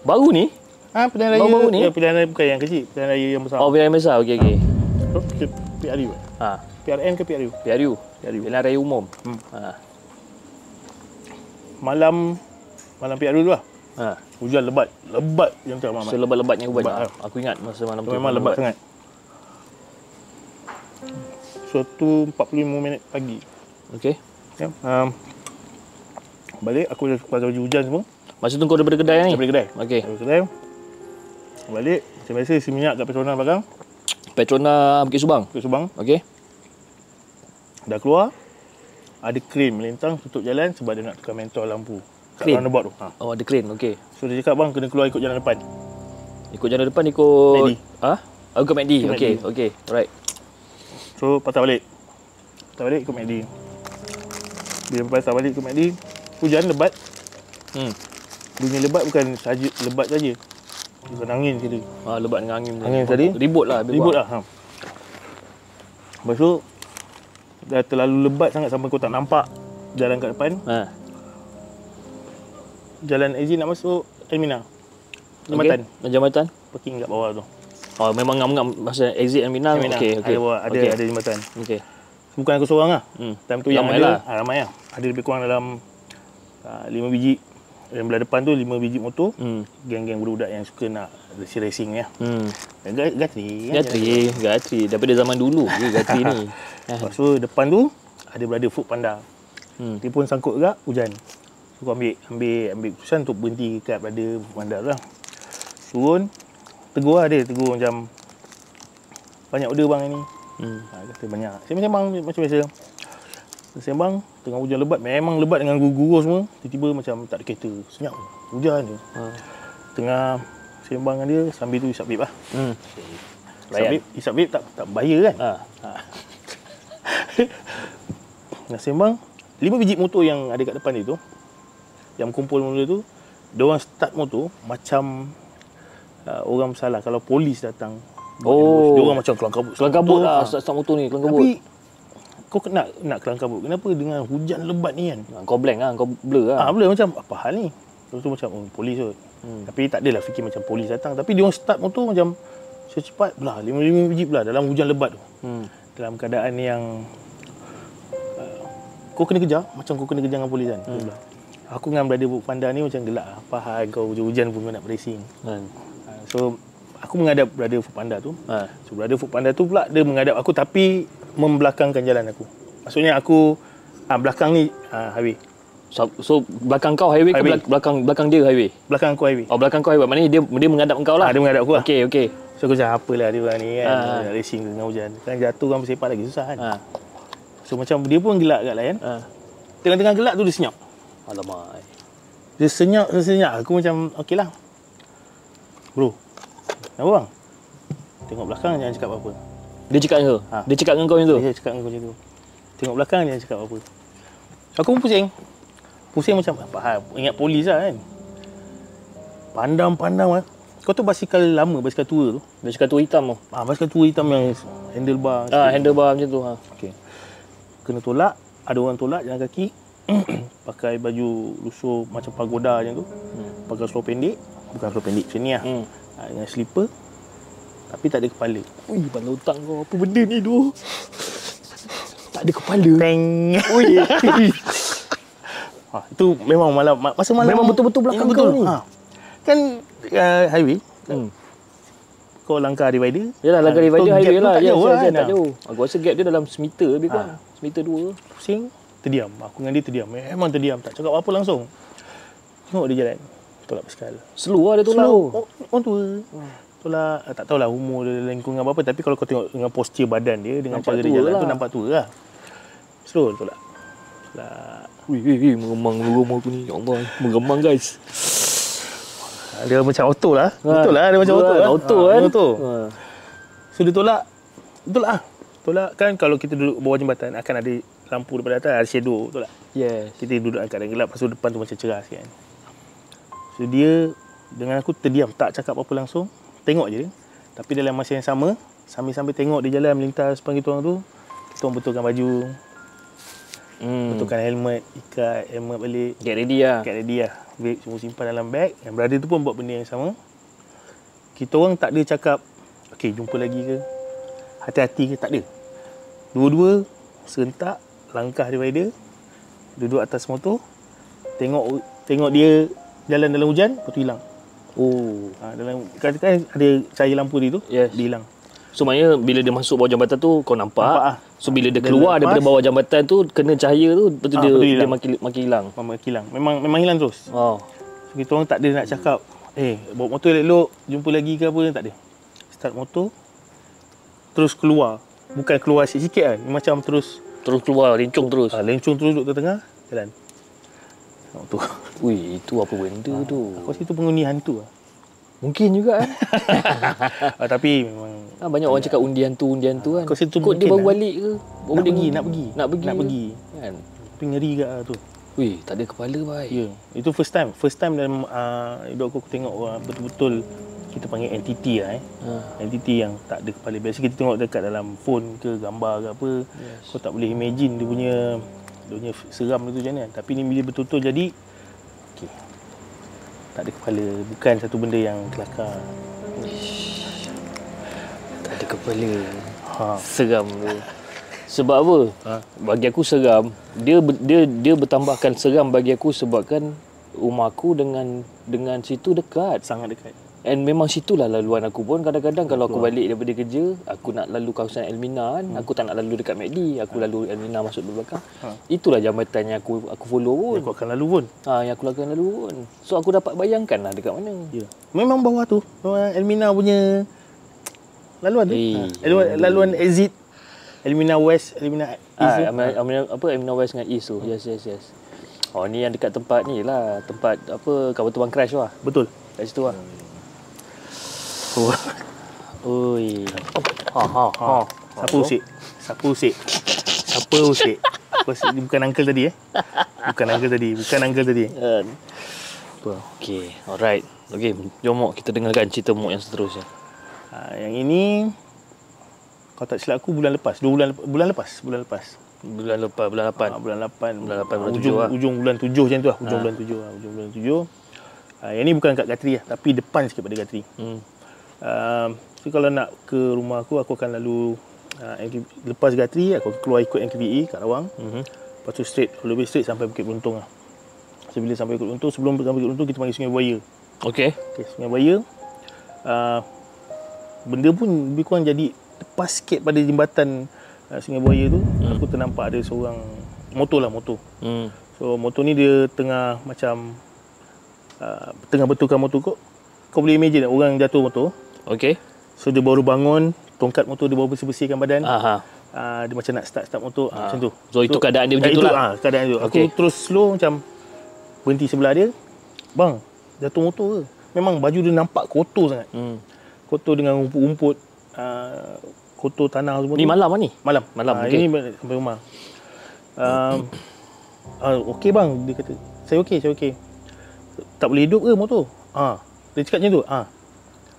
Baru ni?
Ha pilihan raya
Baru-baru ni?
Ya, Pilihan raya bukan yang kecil Pilihan raya yang besar
Oh, pilihan besar. Okey, okey.
Oh, P- PRU eh?
Ha.
PRN ke PRU
PRU.
PRU.
Pilihan raya umum.
Hmm.
Ha.
Malam Malam PRU tu lah
Ha.
Hujan lebat Lebat yang tak mamat
Selebat-lebatnya ubat.
Ubat,
Ubat, Aku ingat masa malam tu.
Dia ha. memang lebat sangat. Suatu 45 minit pagi.
Okey.
Ya. Um, balik aku dah pakai baju hujan semua.
Masa tu kau daripada kedai ni?
Daripada kedai.
Okey.
Daripada kedai. Balik macam biasa isi minyak kat Petronas belakang.
Petrona Bukit Subang.
Ke Subang.
Okey.
Dah keluar. Ada krim melintang tutup jalan sebab dia nak tukar mentol lampu. Kat
Crane?
roundabout tu. Ha.
Oh, ada crane. Okey.
So dia cakap bang kena keluar ikut jalan depan.
Ikut jalan depan ikut
MACD.
Ah, ha? ikut MACD.
Ikut
Okey,
MACD.
okey. Alright.
So patah balik. Patah balik ikut MACD. Bila patah balik ikut MACD, hujan lebat.
Hmm.
Bunyi lebat bukan saja lebat saja. Bukan angin je dia.
Ah, lebat dengan angin.
Angin tadi?
Ribut lah. habis
Ribut
buat.
lah. Ha. Lepas tu, dah terlalu lebat sangat sampai kau tak nampak jalan kat depan.
Ha.
Jalan exit nak masuk terminal. Jambatan.
Okey, Jambatan.
Parking kat bawah tu.
Oh, memang ngam-ngam masa exit dan Minang.
Terminal.
Okey, okey.
Ada, bawah- ada,
Okey.
ada jambatan.
Okey.
Bukan aku seorang lah.
Hmm.
Time tu yang
Ramai
ada,
lah.
Ha, ramai lah. Ada lebih kurang dalam uh, 5 biji. Yang belah depan tu 5 biji motor.
Hmm.
Geng-geng budak-budak yang suka nak racing-racing ni lah.
Hmm.
Gat- Gatri. kan?
Gatri, Gatri. Daripada zaman dulu je Gatri
*laughs*
ni. Ha.
Lepas tu depan tu ada berada food panda.
Hmm.
Dia pun sangkut juga hujan. So aku ambil ambil ambil keputusan untuk berhenti kat berada food panda tu lah. Turun tegur lah dia, tegur macam banyak order bang ni.
Hmm.
Ha, kata banyak. Sembang-sembang macam biasa. Sembang tengah hujan lebat, memang lebat dengan gugur semua. Tiba-tiba macam tak ada kereta, senyap. Hujan je.
Ha.
Tengah sembang dengan dia sambil tu isap vape lah.
Hmm.
Isap
Layan.
vape, isap vape tak tak bahaya kan.
Ha.
Tengah sembang Lima biji motor yang ada kat depan dia tu Yang kumpul mula tu Diorang start motor Macam uh, Orang salah Kalau polis datang
Oh.
Diorang macam kelang kabut
Kelang kabut
Motor,
lah
ha.
start, start motor ni, kelang kabut.
Tapi Kau nak, nak kelang kabut Kenapa dengan hujan lebat ni kan
Ha, Kau blank lah, kau blur lah.
Ah, ha, boleh macam apa hal ni? Lepas tu macam oh, polis kot.
Hmm.
Hmm. Tapi tak adalah fikir macam polis datang. Tapi dia orang start motor macam secepat belah. Lima-lima biji belah dalam hujan lebat tu.
Hmm.
Dalam keadaan yang uh, kau kena kejar macam kau kena kejar dengan polis kan. Hmm. Aku dengan brother Buk Panda ni macam gelak lah. Apa hal kau hujan-hujan pun kau nak racing.
Hmm.
Uh, so aku menghadap brother Buk Panda tu.
Ha.
So brother Food Panda tu pula dia menghadap aku tapi membelakangkan jalan aku. Maksudnya aku ah, belakang ni ah, highway.
So, so belakang kau highway,
Highway.
ke belak- belakang belakang dia highway?
Belakang aku highway.
Oh belakang kau highway. Maknanya dia dia menghadap kau
Ah,
lah.
dia menghadap aku lah.
Okey okey.
So aku cakap apalah dia orang ni kan
Ah.
ha. Racing tengah hujan Kan jatuh kan bersepak lagi susah kan
Ha.
So macam dia pun gelak kat layan
Ha.
Tengah-tengah gelak tu dia senyap
Alamak.
Dia senyap, dia senyap Aku macam okey lah Bro Kenapa bang? Tengok belakang jangan cakap apa-apa
Dia cakap dengan kau.
Ha.
Dia cakap dengan kau yang tu.
Dia cakap dengan aku macam tu Tengok belakang jangan cakap apa-apa Aku pun pusing Pusing macam apa hal Ingat polis lah kan Pandang-pandang lah Kau tu basikal lama, basikal tua tu
Dia cakap tu hitam tu.
ah, Basikal tua hitam yang handlebar
Ah, Ha handlebar macam tu ha.
Okey. Kena tolak, ada orang tolak jalan kaki. *clears throat* pakai baju lusuh macam pagoda macam tu. Hmm. Pakai seluar pendek, bukan seluar pendek macam ni lah. Hmm.
Hmm.
Ha, dengan slipper tapi tak ada *laughs* kepala.
Ui, bala otak kau. Apa benda ni tu? tak ada kepala.
Teng.
Ui.
Ha, itu memang malam ma- masa malam
Memang betul-betul belakang
memang
kau ni.
Kan uh, highway
hmm.
kau langkah divider.
Yalah, laga
Ah,
divider
kau gap
highway
pun
lah.
Tak
Ya,
jauh
saya-
kan.
saya tak
Ah.
jauh. Aku rasa gap dia dalam semeter lebih kurang.
Ah.
Semeter dua.
Pusing, terdiam. Aku dengan dia terdiam. Memang terdiam. Tak cakap apa langsung. Tengok dia jalan. Tolak basikal.
Slow lah dia tolak.
Slow.
tu.
Oh, orang tua.
Hmm.
Tolak. ah, Tak tahulah umur dia lingkungan apa-apa. Tapi kalau kau tengok dengan posture badan dia, dengan
Nampak
cara dia
tua
jalan
lah.
tu nampak tua lah. Slow lah. dia tolak. Tolak.
Ui, ui, ui, meremang meremang aku ni. Ya Allah, meremang guys.
Dia macam auto lah. Betul lah. Dia macam
Ha. Betul
auto
kan,
lah.
Auto
Ah,
kan.
dia Auto.
Ha.
So dia tolak. Tolak lah. Tolak kan kalau kita duduk bawah jembatan akan ada lampu daripada atas, ada shadow lah. tolak.
Yes.
Kita duduk dalam keadaan gelap Lepas tu depan tu macam cerah sikit kan So dia Dengan aku terdiam Tak cakap apa-apa langsung Tengok je dia Tapi dalam masa yang sama Sambil-sambil tengok dia jalan Melintas panggil orang tu Kita orang betulkan baju
Hmm.
Betulkan helmet Ikat helmet balik
Get ready lah.
Ikat ready lah Vape semua simpan dalam bag Yang brother tu pun buat benda yang sama Kita orang tak ada cakap Okay jumpa lagi ke Hati-hati ke Tak ada Dua-dua Serentak Langkah daripada dia Duduk atas motor Tengok Tengok dia Jalan dalam hujan Lepas tu hilang
Oh.
ha, dalam, Kadang-kadang ada cahaya lampu dia tu
Yes.
Dia hilang
So maknanya bila dia masuk bawah jambatan tu kau nampak.
Nampak lah.
So bila dia
Dia
keluar
lepas.
daripada bawah jambatan tu kena cahaya tu betul
Ah,
dia
betul
dia
hilang.
makin makin hilang.
Memang hilang Memang memang hilang terus
Oh.
So, kita orang tak ada nak cakap eh bawa motor elok-elok jumpa lagi ke apa tak ada start motor terus keluar bukan keluar sikit-sikit kan macam terus
Terus keluar rincung terus.
uh, lencung terus duduk tengah jalan tengok *laughs* tu
Ui, itu apa benda tu?
aku rasa itu pengundi hantu lah.
Mungkin juga eh.
Ah, tapi memang
Ha, banyak orang cakap undian tu, undian tu kan.
Kau rasa tu
Kot dia
mungkin
baru
lah.
balik ke? Baru
nak
Oh, dia-
pergi, nak pergi
Nak pergi. Eh.
nak
ke?
pergi
Kan.
tapi ngeri kat lah tu
Ui, tak ada kepala baik.
ya itu first time first time dalam uh, hidup aku aku tengok orang betul-betul kita panggil entity lah eh
Ha.
entity yang tak ada kepala biasa kita tengok dekat dalam phone ke gambar ke apa yes. kau tak boleh imagine dia punya dia punya seram dia tu macam mana tapi ni bila betul-betul jadi okey tak ada kepala bukan satu benda yang kelakar
Tak ada kepala.
ha
Seram tu. Sebab apa?
Ha.
Bagi aku seram. Dia ber- dia dia bertambahkan seram bagi aku sebabkan rumah aku dengan dengan situ dekat.
sangat dekat
And memang situlah laluan aku pun kadang-kadang kalau aku balik daripada kerja, aku nak lalu kawasan Elmina kan, aku tak nak lalu dekat McD, aku lalu Elmina masuk dulu belakang. Itulah jambatan yang aku aku follow pun.
aku akan lalu pun
Ha, yang aku lakukan lalu pun. So aku dapat bayangkan lah dekat mana.
ya memang bawah tu memang Elmina punya laluan tu
Eh.
ha. laluan, laluan exit Elmina West Elmina East
Ah, Amina, Amina, apa Amina West dengan East tu. Yes, yes, yes. Oh, ni yang dekat tempat ni lah. Tempat apa kawan tu bang crash tu lah.
betul
Kat situ lah.
oh.
Oi. Ha ha ha.
Siapa usik? Siapa usik? Siapa usik? Aku rasa dia bukan uncle tadi eh. Bukan uncle tadi, bukan uncle tadi.
Kan. Okay, alright. Okay, jom Mok, kita dengarkan cerita Mok yang seterusnya.
Ha, yang ini kalau tak silap aku bulan lepas, dua bulan lep- bulan lepas, bulan lepas.
Bulan lepas, bulan lapan.
Ha, bulan 8,
Bulan lapan, bulan
ujung,
tujuh lah. Ha.
ujung bulan 7 macam tu lah, ujung bulan 7 lah, ujung bulan 7. Ha, yang ni bukan kat Gatri lah, tapi depan sikit pada Gatri.
Hmm.
Um, so kalau nak ke rumah aku, aku akan lalu uh, MKB, lepas Gatri, aku keluar ikut MKBE kat Rawang.
Mhm.
Lepas tu straight, lebih straight sampai Bukit Beruntung lah. So bila sampai Bukit Beruntung, sebelum sampai Bukit Beruntung, kita panggil Sungai Buaya.
Okay.
Okay, Sungai Buaya, uh, benda pun lebih kurang jadi lepas sikit pada jembatan uh, Sungai Buaya tu, hmm. aku ternampak ada seorang motor lah, motor.
Hmm.
So motor ni dia tengah macam uh, tengah betulkan motor kau. Kau boleh imagine tak, orang jatuh motor.
Okay.
So dia baru bangun, tongkat motor dia baru bersih-bersihkan badan. Ah.
Aha.
Uh, dia macam nak start-start motor ah. macam tu.
So, itu keadaan dia
eh,
macam tu
itu,
lah.
ah, keadaan dia.
Okey.
Okay. Aku terus slow macam berhenti sebelah dia. Bang, jatuh motor ke? Memang baju dia nampak kotor sangat.
Hmm.
Kotor dengan rumput-rumput, uh, kotor tanah semua
Ni
tu.
malam lah ni.
Malam.
Malam,
Ah,
okey.
Ini balik sampai rumah. Um, ah, okey bang, dia kata. Saya okey, saya okey. Tak boleh hidup ke motor? Ah. Dia cakap macam tu. Ah.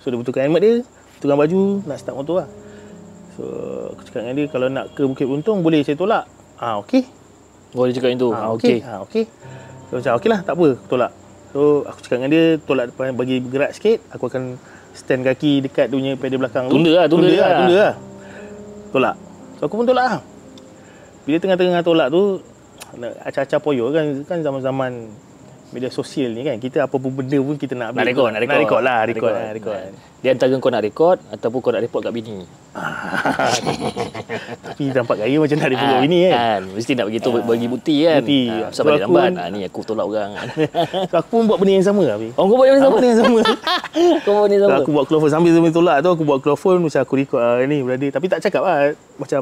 So dia betulkan helmet dia, betulkan baju, nak start motor lah. So aku cakap dengan dia kalau nak ke Bukit Untung boleh saya tolak. Ah, okey.
Oh dia cakap itu.
Ah,
Ah,
okey.
okey.
Ha, okey. So macam okey lah, tak apa, tolak. So aku cakap dengan dia, tolak depan bagi bergerak sikit, aku akan stand kaki dekat dia punya pedal belakang
Tunda lah, tunda
tunda lah.
lah.
Tunda lah. Tolak. So aku pun tolak lah. Bila tengah-tengah tolak tu, nak acah-acah poyo kan, kan zaman-zaman media sosial ni kan, kita apa pun benda pun kita nak
Nak
update.
rekod, nak rekod.
Nak rekod lah, rekod.
Nak
Nak rekod.
Dia antara kau nak rekod ataupun kau nak report kat bini.
*laughs* Tapi nampak gaya macam nak rekod ini kan.
kan. Mesti nak bagi tu bagi bukti kan.
Bukti.
Ah,
So,
pasal balik
aku-
lambat. Ah ni aku tolak *laughs* orang.
So aku pun buat benda yang sama lah. Abi.
Oh kau buat benda
Aku
sama.
benda yang sama. *laughs*
Kau buat benda
So,
sama.
aku buat clover sambil sambil tolak tu aku buat clover macam aku record ah, ni berada tapi tak cakap lah macam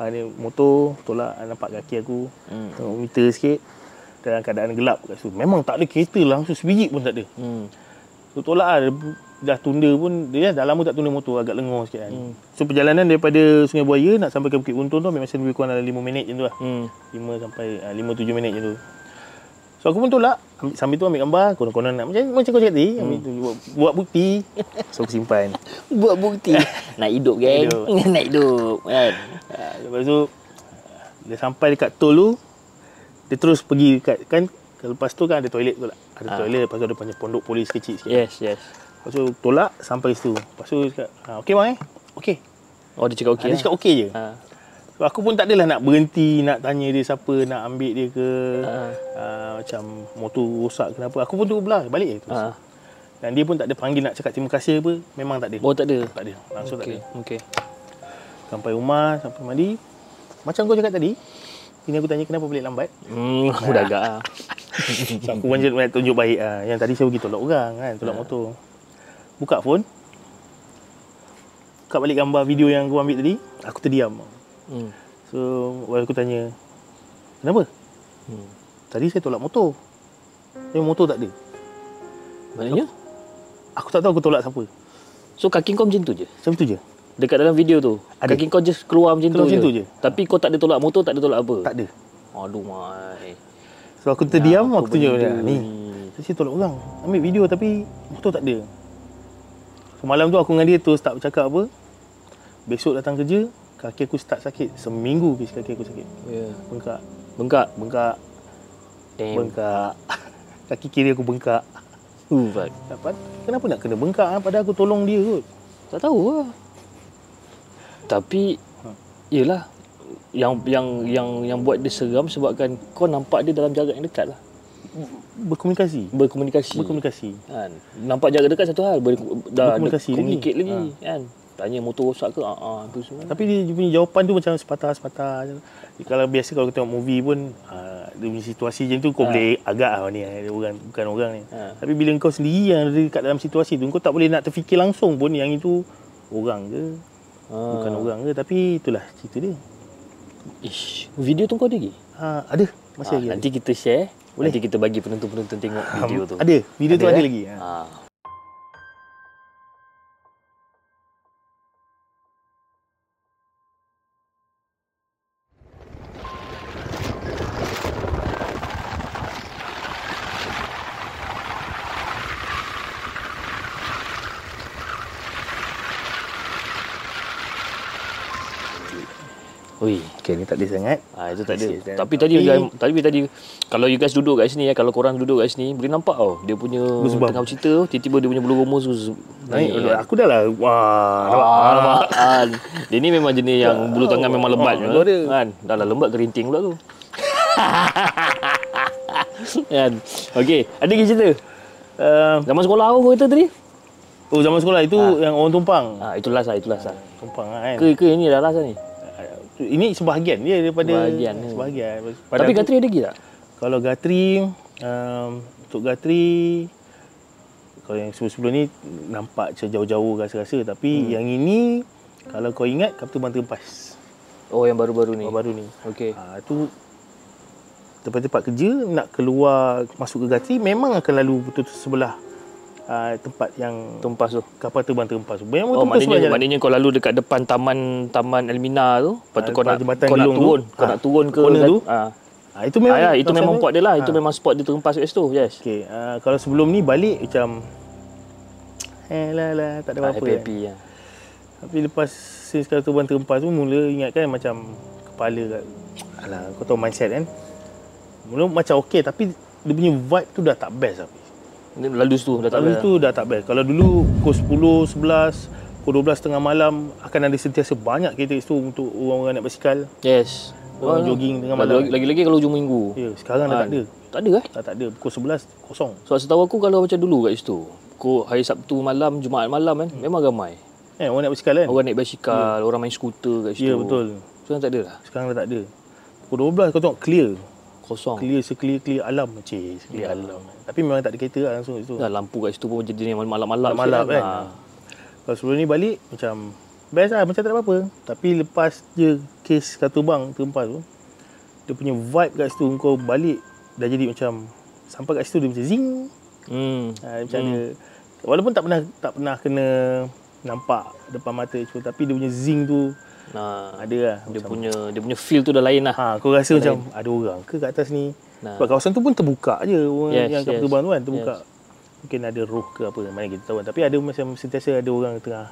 ah, ni motor tolak ah, nampak kaki aku
Hmm.
hmm. tengok meter sikit dalam keadaan gelap kat situ memang tak ada kereta langsung sebiji pun tak ada
Hmm.
so tolak lah Dia- dah tunda pun dia dah lama tak tunda motor agak lengur sikit kan hmm. so perjalanan daripada Sungai Buaya nak sampai ke Bukit Untung tu ambil masa lebih kurang dalam 5 minit macam tu lah
Hmm.
5 sampai uh, 5 7 minit macam tu. So aku pun tolak ambil, sambil tu ambil gambar konon-konon nak macam macam kau cakap tadi ambil tu buat, buat bukti so aku simpan.
*laughs* Buat bukti. *laughs* nak hidup geng.
Hidup.
*laughs* nak hidup kan.
Ah, lepas tu dia sampai dekat tol tu dia terus pergi dekat kan lepas tu kan ada toilet tu lah. Ada
Ah.
toilet lepas tu ada macam pondok polis kecil sikit.
Yes, yes.
Lepas tu tolak sampai situ. Lepas tu dia cakap, ha, okey bang eh? Okey.
Oh dia cakap
Okay, dia
okey. lah.
cakap okey je.
Ha.
So, aku pun tak adalah nak berhenti nak tanya dia siapa nak ambil dia ke
Ah.
uh, macam motor rosak kenapa aku pun terus belah balik je terus
Ha.
dan dia pun tak ada panggil nak cakap terima kasih apa memang tak ada
Oh tak ada.
tak ada langsung okay.
Okey,
tak
okey.
ada sampai rumah sampai mandi macam kau cakap tadi ini aku tanya kenapa balik lambat
Hmm, aku dah agak ah.
so, aku pun nak tunjuk baik ah yang tadi saya pergi tolak orang kan tolak motor buka phone buka balik gambar video yang aku ambil tadi aku terdiam
Hmm.
So, wife aku tanya, kenapa?
Hmm.
Tadi saya tolak motor. Tapi motor tak ada.
Maknanya?
Aku tak tahu aku tolak siapa.
So kaki kau macam tu je?
Macam tu je.
Dekat dalam video tu?
Ada.
Kaki kau just keluar macam
Keluar
tu,
macam
je.
tu je.
Tapi kau tak ada tolak motor, tak ada tolak apa?
Tak ada.
Aduh, mai.
So, aku terdiam.
Apa
aku tunjuk dia.
benda
Ni, tadi saya tolak orang. Ambil video tapi motor tak ada. So, malam tu aku dengan dia terus tak bercakap apa. Besok datang kerja, kaki aku start sakit. Seminggu bis kaki aku sakit.
Ya.
Bengkak,
Bengkak.
bengkak,
Damn.
bengkak. *laughs* Kaki kiri aku bengkak.
Ubat.
Dapat. Kenapa nak kena bengkak? ah? Padahal aku tolong dia kot.
Tak tahu lah. Tapi, yelah. Yang yang yang yang buat dia seram sebabkan kau nampak dia dalam jarak yang dekat lah.
Berkomunikasi.
Berkomunikasi.
Berkomunikasi.
Kan? Nampak jarak dekat satu hal. Ber, dah,
Berkomunikasi lagi. Ha.
dah, communicate lagi. Kan? Tanya motor rosak ke? Ah, ah, tu semua.
Tapi dia punya jawapan tu macam sepatah-sepatah je. Kalau biasa kalau kita tengok movie pun uh, dia punya situasi macam tu kau
Ha.
boleh agak lah ni eh, dia orang bukan orang ni.
Ha.
Tapi bila kau sendiri yang ada kat dalam situasi tu kau tak boleh nak terfikir langsung pun yang itu orang ke
Ah.
bukan orang ke tapi itulah cerita dia.
Ish, video tu kau ada lagi?
Ha, ada masih
Ah,
lagi.
nanti kita share. Boleh? Nanti kita bagi penonton-penonton tengok
ada.
video tu.
Ada. Video tu ada
eh?
lagi. Ha.
Ah. Ui,
Okey, ni tak ada sangat.
Ah itu tak ada.
Yes,
Tapi
tapi-
tadi tapi, tadi tadi kalau you guys duduk kat sini ya, kalau korang duduk kat sini boleh nampak tau dia punya
Goosebump.
tengah cerita tu, tiba-tiba dia punya bulu rumus tu z-
Naik
naik.
dulu. aku dah lah. Wah, nampak.
Ah, nampak. Ah, dia ni memang jenis yang bulu tangan memang lebat
Ah,
oh,
ada.
kan. Dah lah lembat gerinting pula tu. *laughs* kan. Okey, ada lagi cerita.
Ah,
Zaman sekolah apa kau kata tadi?
oh, zaman sekolah itu yang orang tumpang.
Ah itu last lah, itu last lah.
Tumpang lah, kan.
Ke ke ini dah last lah ni.
Ini sebahagian dia daripada
Sebahagian, ya.
sebahagian.
Tapi
aku-
Gatri ada lagi tak?
Kalau Gatri um, Untuk Gatri Kalau yang sebelum-sebelum ni Nampak macam jauh-jauh rasa-rasa Tapi hmm. yang ini Kalau kau ingat Kapten Banteng Pas
Oh yang baru-baru ni.
Yang baru ni
Okey.
ha, Itu Tempat-tempat kerja Nak keluar Masuk ke Gatri Memang akan lalu Betul-betul sebelah uh, Tempat yang
Tumpas tu.
Kapal terbang terempas Memang betul-betul
Oh,
sebelah
maknanya,
jalan
maknanya kau lalu dekat depan taman Taman Elmina tu. Lepas tu
Ah,
kau
depan
nak
jembatan
kau nak
Gelong tu.
turun, kau
Ah,
nak turun ke
corner tu.
Ah.
ha, Itu
Ah, ya, itu
kawasan
memang
tu.
spot dia lah. Itu
Ah.
memang spot dia terhempas kat situ. Yes.
Okey, uh, kalau sebelum ni balik macam Eh lah lah, tak ada
Ah,
apa-apa kan.
happy-happy. Ya.
Tapi lepas since kata tuan terempas tu mula ingat kan macam kepala kat Alah kau tahu mindset kan Mula macam okey tapi dia punya vibe tu dah tak best Hafiz.
Ni Lalu situ dah tak lah.
Lalu
payah.
tu dah tak best. Kalau dulu pukul 10, 11, pukul 12 tengah malam akan ada sentiasa banyak kereta itu untuk orang-orang naik basikal.
Yes.
Orang jogging tengah malam.
Lagi- Lagi-lagi kalau hujung minggu.
Ya, sekarang dah tak ada.
Tak ada eh?
Dah tak ada. Pukul 11 kosong.
Sebab setahu aku kalau macam dulu kat situ. Kau hari Sabtu malam, Jumaat malam kan,
Hmm.
memang ramai.
Eh, orang naik basikal kan?
Orang naik basikal, orang main skuter kat situ.
ya, betul.
Sekarang tak ada lah.
Sekarang dah tak ada. Pukul 12 kau tengok clear.
Kosong.
Clear seclear-clear alam. Cik, clear alam. Tapi memang tak ada kereta lah langsung kat situ.
Dah lampu kat situ pun macam jenis malam-malam.
Malam-malam
sikit
kan. Kalau sebelum ni balik macam best lah macam tak ada apa-apa. Tapi lepas je kes Katu Bang terhempas tu dia punya vibe kat situ kau balik dah jadi macam sampai kat situ dia macam zing
Hmm.
ha, dia macam ada walaupun tak pernah tak pernah kena nampak depan mata cuma tapi dia punya zing tu
Nah,
ada lah
dia
macam,
punya dia punya feel tu dah lain lah.
ha, kau rasa macam ada orang ke kat atas ni
Nah.
sebab kawasan tu pun terbuka je orang
Yes,
yes, yang kat
yes.
yes. tu kan terbuka yes. mungkin ada roh ke apa mana kita tahu tapi ada macam sentiasa ada orang tengah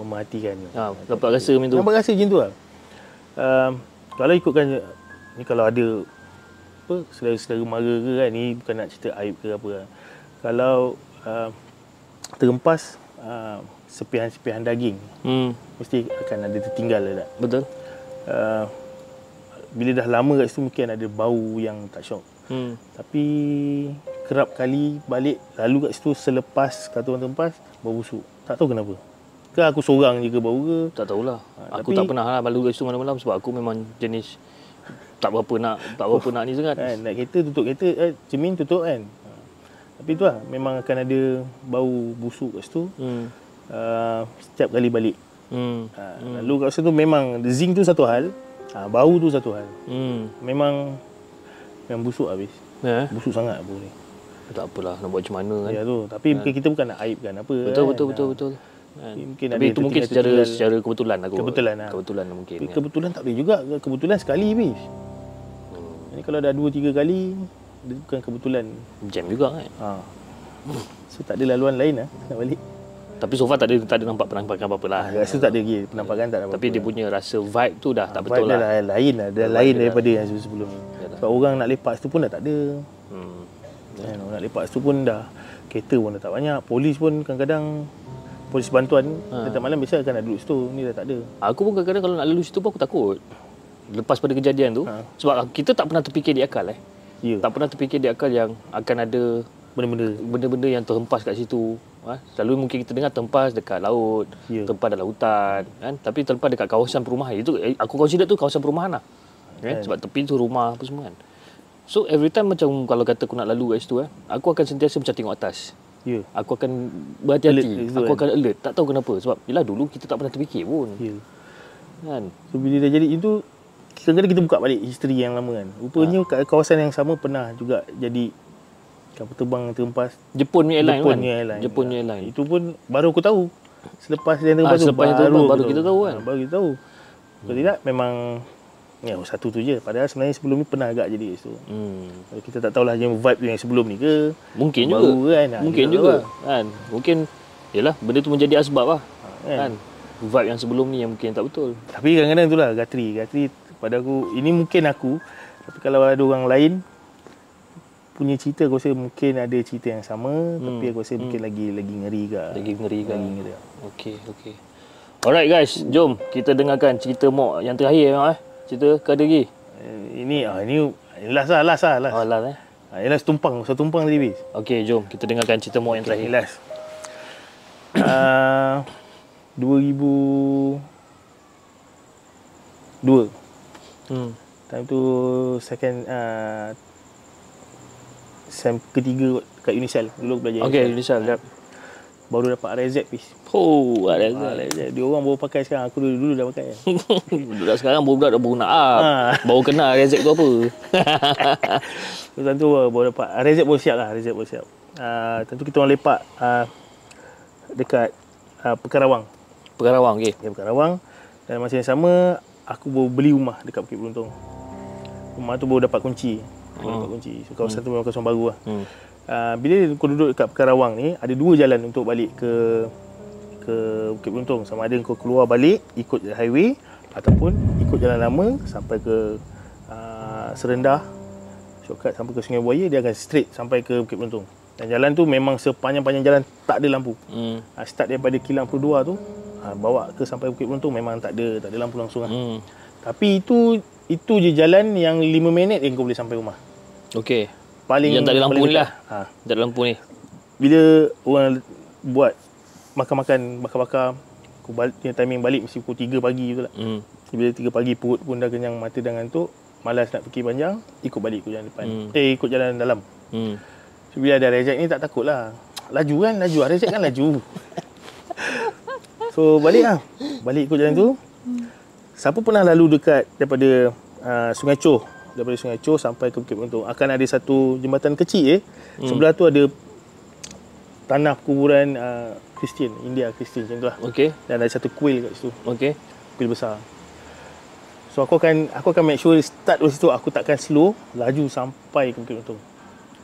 memerhatikan tu.
Ha, dapat rasa macam tu.
Nampak rasa macam tu lah. Um, kalau ikutkan ni kalau ada apa saudara-saudara mara ke kan ni bukan nak cerita aib ke apa lah. Kalau uh, terempas uh, sepihan-sepihan daging
Hmm.
mesti akan ada tertinggal lah tak.
Betul.
Uh, bila dah lama kat situ mungkin ada bau yang tak syok.
Hmm.
Tapi kerap kali balik lalu kat situ selepas kata orang terempas bau busuk. Tak tahu kenapa. Ke aku seorang je ke bau ke
Tak tahulah.
Ha,
aku
tapi-
tak pernah lah malu kat situ malam-malam sebab aku memang jenis tak berapa nak tak
*laughs*
berapa nak ni sangat.
kan naik kereta tutup kereta eh, cermin tutup kan Ha. tapi tu lah memang akan ada bau busuk kat situ
Hmm.
uh, setiap kali balik
Hmm.
uh, lalu kat situ memang zinc tu satu hal uh, bau tu satu hal
Hmm.
memang memang busuk habis
Ya. Eh?
busuk sangat bau ni
Tak apalah nak buat macam mana kan.
ya tu tapi bukan- kita bukan nak aibkan apa
Betul
kan.
betul
Ah.
betul betul. Kan.
Mungkin
Tapi
ada
itu mungkin secara
tertinggal-
secara kebetulan aku.
Kebetulan lah.
Kebetulan mungkin.
Tapi
Kan.
kebetulan tak boleh juga kebetulan sekali habis
Hmm.
Jadi kalau dah 2 3 kali dia bukan kebetulan
Jam juga kan.
ha so tak ada laluan lain lah nak balik
Tapi so far tak ada tak ada nampak penampakan apa-apa lah.
Ah, kat situ tak ada lagi penampakan tak ada apa-apa.
Tapi dia punya rasa vibe tu dah
Ah,
tak
Vibe
betul
dia
lah. Ya,
dah lain lah, dah lain daripada yang sebelum ni.
Yalah.
Sebab orang nak lepak situ pun dah tak ada.
Hmm.
Kan, orang nak lepak situ pun dah kereta pun dah tak banyak, polis pun kadang-kadang polis bantuan ha. tetap malam biasa akan nak duduk situ, ni dah tak ada.
Aku pun kadang-kadang kalau nak lalu situ pun aku takut. Lepas pada kejadian tu ha. sebab kita tak pernah terfikir di akal eh.
Ya,
Tak pernah terfikir di akal yang akan ada
benda-benda.
benda-benda yang terhempas kat situ. Ha? Selalu mungkin kita dengar terhempas dekat laut,
Ya.
yeah. terhempas dalam hutan, kan? Tapi terhempas dekat kawasan perumahan. Itu eh, aku consider tu kawasan perumahan lah. Kan? Sebab tepi tu rumah apa semua kan. So every time macam kalau kata aku nak lalu kat situ eh, aku akan sentiasa macam tengok atas.
Ya.
Aku akan berhati-hati.
Alert kat situ,
aku
kan?
akan alert. Tak tahu kenapa sebab yalah dulu kita tak pernah terfikir pun.
Ya.
Kan?
So bila dah jadi itu kadang-kadang kita buka balik history yang lama kan.
Ah.
Rupanya ha. kawasan yang sama pernah juga jadi kapal terbang yang terhempas
Jepun punya airline
Jepun
kan.
punya airline. Ya.
Jepun punya airline.
Itu pun baru aku tahu. Selepas yang terlepas
Ah,
tu
selepas yang terbang baru kita tahu kan. Hmm.
Ah, baru kita tahu. Kalau tidak memang ya satu tu je. Padahal sebenarnya sebelum ni pernah agak jadi kat situ.
Hmm.
Kalau Kita tak tahulah yang vibe tu yang sebelum ni ke.
Mungkin
Baru
juga.
kan, ah,
Mungkin
kita
juga.
tahu
Kan? Mungkin yalah benda tu menjadi asbab lah.
kan.
Kan? Vibe yang sebelum ni yang mungkin tak betul.
Tapi kadang-kadang itulah Gatri. Gatri pada aku ini mungkin aku tapi kalau ada orang lain punya cerita aku rasa mungkin ada cerita yang sama hmm. tapi aku rasa hmm. mungkin lagi lagi ngeri ke.
Lagi ngeri kan.
Lagi ngeri.
Okey, okey. Alright guys, jom kita dengarkan cerita Mok yang terakhir memang eh. Cerita kau ada lagi.
Eh, Ini ah ini last lah last lah last.
Oh, last eh.
Ah, ini last tumpang, satu tumpang tadi bis.
Okey, jom kita dengarkan cerita Mok yang
Okay, last.
terakhir.
Ah 2000 2
Hmm.
Time tu second uh, sem ketiga kot, kat Unisel dulu aku belajar.
Okey,
Unisel.
Yunisal, jap.
Baru dapat RZ pis.
Oh, ada
Ah,
ada.
RZ. Dia orang baru pakai sekarang. Aku dulu, dulu dah pakai.
*laughs*
*laughs*
Budak sekarang budak dah baru nak up.
Ha.
Baru kenal Rezek tu apa.
*laughs* Terus time tu baru, baru dapat RZ baru siap lah. RZ baru siap. Uh, time tu kita orang lepak uh, dekat uh, Pekarawang.
Pekarawang, okey.
Dekat Pekarawang. Dan masa yang sama aku baru beli rumah dekat Bukit Beruntung. Rumah tu baru dapat kunci. Baru dapat kunci. So kawasan tu memang kawasan baru lah.
Hmm.
Uh, bila kau duduk dekat Pekarawang ni, ada dua jalan untuk balik ke ke Bukit Buntung. Sama ada kau keluar balik ikut highway ataupun ikut jalan lama sampai ke uh, ah, Serendah. So shortcut sampai ke Sungai Buaya dia akan straight sampai ke Bukit Pelentung dan jalan tu memang sepanjang-panjang jalan tak ada lampu
Hmm.
ha, start daripada kilang Perdua tu ha, bawa ke sampai Bukit Pelentung memang tak ada tak ada lampu langsung lah.
Hmm.
tapi itu itu je jalan yang 5 minit yang kau boleh sampai rumah
Okey.
paling
Yang tak ada lampu
paling
ni
dekat.
lah.
ha,
Tak ada lampu ni.
bila orang buat makan-makan bakar-bakar aku balik punya timing balik mesti pukul 3 pagi juga lah
Hmm.
bila 3 pagi perut pun dah kenyang mata dah ngantuk malas nak fikir panjang ikut balik ikut jalan depan
Hmm.
eh ikut jalan dalam
Hmm.
so, bila ada reject ni tak takut lah laju kan laju Ah, reject kan laju so balik lah balik ikut jalan tu siapa pernah lalu dekat daripada uh, Sungai Choh daripada Sungai Choh sampai ke Bukit Pelentung akan ada satu jembatan kecil eh hmm. sebelah tu ada tanah kuburan uh, Kristian India Kristian macam tu lah
Okey.
dan ada satu kuil kat situ
Okey.
kuil besar so aku akan aku akan make sure start dari situ aku takkan slow laju sampai ke Bukit Pelentung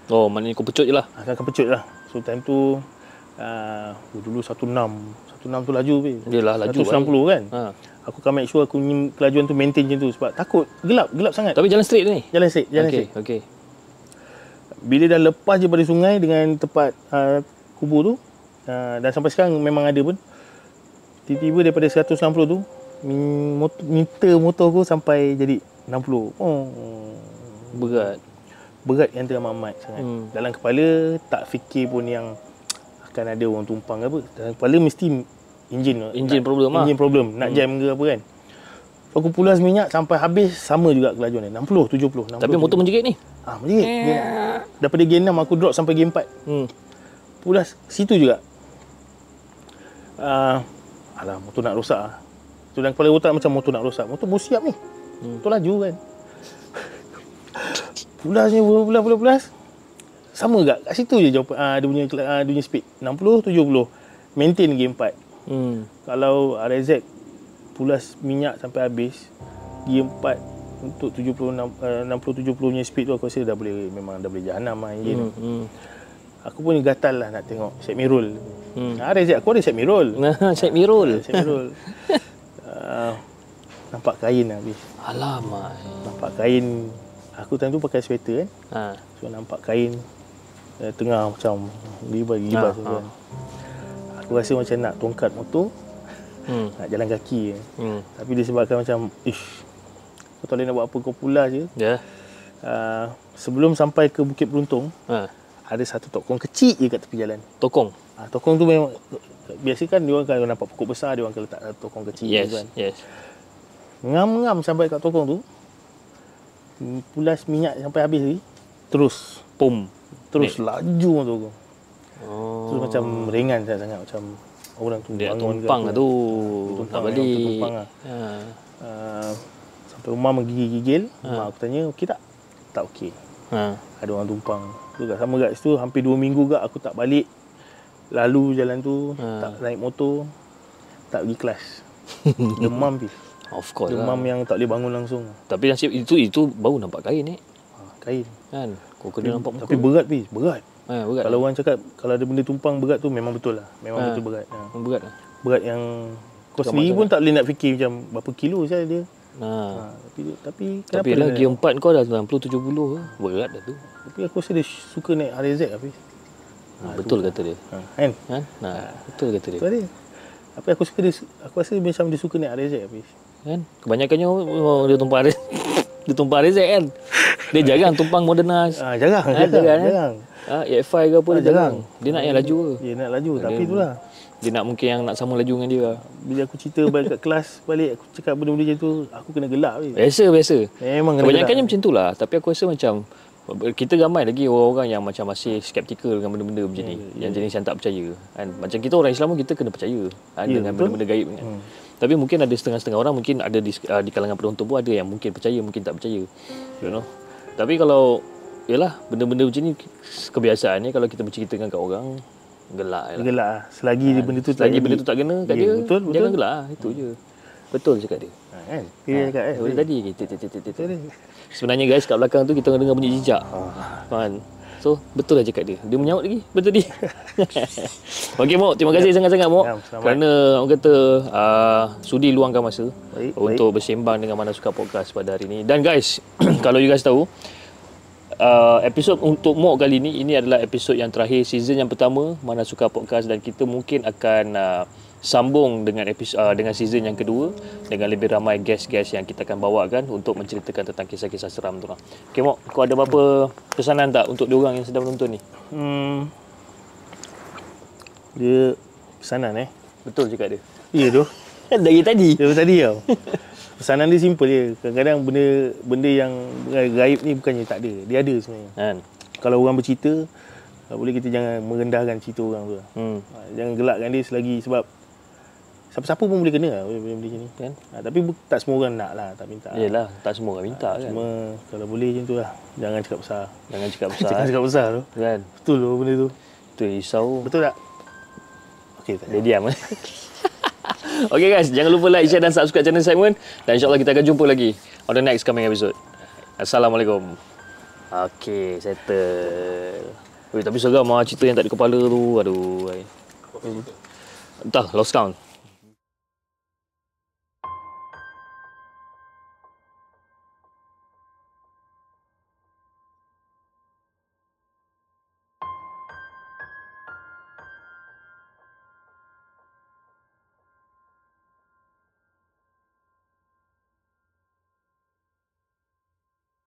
Oh, maknanya kau pecut je lah.
akan akan pecut lah so time tu uh, dulu 16 16 tu laju weh
Yelah, laju
190 kan
Ha.
aku akan make sure aku punya kelajuan tu maintain macam tu sebab takut gelap gelap sangat
Tapi jalan straight ni.
jalan straight jalan
Okey,
straight
okey.
bila dah lepas je dari sungai dengan tempat uh, kubur tu uh, dan sampai sekarang memang ada pun tiba-tiba daripada 160 tu min- mot- meter motor aku sampai jadi 60 oh
Berat.
berat yang teramat-amat sangat
Hmm.
hmm. dalam kepala tak fikir pun yang akan ada orang tumpang ke apa dalam kepala mesti enjin
Enjin problem lah.
enjin problem nak jam ke apa kan so, aku pulas minyak sampai habis sama juga kelajuan dia 60 70 60
Tapi motor Eh. menjerit ni.
ah menjerit Dia- daripada gear 6 aku drop sampai gear 4
Hmm.
Pulas situ juga. Uh, alah, motor nak rosak lah. Tu dalam kepala otak macam motor nak rosak. Motor baru siap ni. Hmm. Tu laju kan. Pulasnya pulas pulas pulas. Sama juga. Kat situ je jawapan uh, dia punya uh, dia punya speed 60 70. Maintain game 4.
Hmm.
Kalau RZ pulas minyak sampai habis gear 4 untuk 70 uh, 60 70 punya speed tu aku rasa dah boleh memang dah boleh jahanam lah engine.
Hmm. Hmm.
Aku pun gatal lah nak tengok set mirror. Hmm.
Hmm.
Ha, ada set, aku ada set mirror.
Nah, *laughs* Syed Mirul.
Set mirror.
*laughs*
uh, nampak kain lah habis.
Alamak.
Nampak kain. Aku time tu pakai sweater kan.
Ha.
So nampak kain uh, tengah macam
Ah,
libas-libas ha,
ah.
kan. Aku rasa macam nak tongkat motor,
Hmm.
nak jalan kaki je.
Hmm.
Tapi disebabkan macam, ish, kau tak boleh nak buat apa, kau pula je.
Ya.
Uh, sebelum sampai ke Bukit Beruntung,
Ha.
ada satu tokong kecil je kat tepi jalan.
Tokong.
Ha, tokong tu memang biasa kan dia orang kalau nampak pokok besar dia orang akan letak tokong kecil
Yes.
kan.
Yes.
Ngam-ngam sampai kat tokong tu. mm, Pulas minyak sampai habis lagi. Terus
Pum.
terus laju dengan tokong.
Oh.
Terus macam ringan sangat-sangat macam orang tu
Dia nak
bangun ke
tumpang
apa.
lah tu.
Tumpang,
Nak
memang
balik.
tumpang lah.
Ha.
Ah, sampai rumah menggigil-gigil, ha. aku tanya okey tak? Tak okey.
Ha.
Ada orang tumpang. Tu kat sama kat situ hampir 2 minggu gak aku tak balik. Lalu jalan tu,
Ha.
tak naik motor, tak pergi
*laughs*
kelas. Demam pis.
Of course
Demam
lah.
yang tak boleh bangun langsung.
Tapi nasib itu itu baru nampak kain ni.
Ha, kain.
Kan? Kau kena nampak muka.
Tapi berat pis, berat.
ha, berat.
Kalau orang cakap kalau ada benda tumpang berat tu memang betul lah. Memang
Ha.
betul berat. Ha.
Memang berat lah.
Berat yang kau
Bukan
sendiri
masalah.
pun tak boleh nak fikir macam berapa kilo saya dia.
Ha.
Ha, tapi tapi kenapa
Tapi
dia Ha,
lah
naik?
gear 4 kau dah 90 70 ke. Berat dah tu.
Tapi aku rasa dia suka naik RZ lah pis.
betul kata dia.
Ha, kan?
Kan? Nah, betul kata dia.
Tu dia. Tapi aku suka dia aku rasa macam dia suka naik RZ lah pis.
Kan? Kebanyakannya oh, dia tumpang Aris. *laughs* dia tumpang Aris kan. Dia jarang tumpang Moderna.
Ha, jarang,
Ha,
jarang,
jarang,
jarang,
eh? Ha, EF5 ke
Ah,
apa dia jarang.
jarang.
Dia nak yang laju ke.
Dia nak laju tapi
Dia-
itulah.
Dia nak mungkin yang nak sama laju dengan dia. lah.
Bila aku cerita balik kat kelas balik aku cakap benda-benda macam tu aku kena gelak pis.
Biasa biasa.
Memang kena gelak.
Kebanyakannya macam itulah tapi aku rasa macam kita ramai lagi orang-orang yang macam masih skeptikal dengan benda-benda macam ni.
Hmm.
yang jenis yang tak percaya. Kan? Macam kita orang Islam pun kita kena percaya kan?
Ya,
dengan
betul.
benda-benda gaib kan. Tapi mungkin ada setengah-setengah orang mungkin ada di, ah, di kalangan penonton pun ada yang mungkin percaya mungkin tak percaya. You know. Tapi kalau yalah benda-benda macam ni kebiasaannya kalau kita berceritakan kat orang gelak je
Dia
lah.
gelak lah. Selagi ha, benda tu tak
Lagi
jadi.
benda tu tak kena kat
Ya,
dia.
betul, betul.
Jangan gelak lah. itu je. Betul cakap dia.
Ha, kan? Dia cakap eh.
Dari tadi kita
Betul.
Sebenarnya guys kat belakang tu kita dengar bunyi jejak.
Ah.
Faham? So betul lah cakap dia. Dia menyaut lagi betul dia. *laughs* Okey Mok, terima kasih sangat-sangat Mok.
Ya, selamat.
kerana orang kata uh, sudi luangkan masa
Baik,
*clears throat* untuk bersembang dengan Mana Suka Podcast pada hari ini. Dan guys, kalau you guys tahu uh, episod untuk Mok kali ni ini adalah episod yang terakhir season yang pertama Mana Suka Podcast dan kita mungkin akan uh, sambung dengan episod uh, dengan season yang kedua dengan lebih ramai guest-guest yang kita akan bawakan untuk menceritakan tentang kisah-kisah seram tu lah. Okey Mok, kau ada apa pesanan tak untuk diorang yang sedang menonton ni?
Hmm. Dia pesanan eh.
Betul juga dia.
Ya tu.
Kan, Dari tadi.
Dia tadi *laughs* tau. Pesanan dia simple je. Kadang-kadang benda benda yang gaib ni bukannya tak ada. Dia ada sebenarnya.
Kan?
Kalau orang bercerita, tak boleh kita jangan merendahkan cerita orang tu. lah.
Hmm.
Ha, Jangan gelakkan dia selagi sebab siapa-siapa pun boleh kena lah benda-benda macam ni.
Kan?
Ha, tapi bu- tak semua orang nak lah, tak minta. lah.
Yelah, tak semua orang minta kan.
Cuma kalau boleh macam tu lah. Jangan cakap besar.
Jangan *laughs* cakap
Jangan
besar.
cakap besar tu.
kan?
Betul tu benda tu.
Tu risau.
Betul tak? Okey, tak
Dia diam *laughs* eh. Okay guys, jangan lupa like, share dan subscribe channel Simon Dan insyaAllah kita akan jumpa lagi on the next coming episode Assalamualaikum Okay, settle ah, Ui, Tapi seram lah cerita yang tak ada kepala tu Aduh ai. Entah, lost count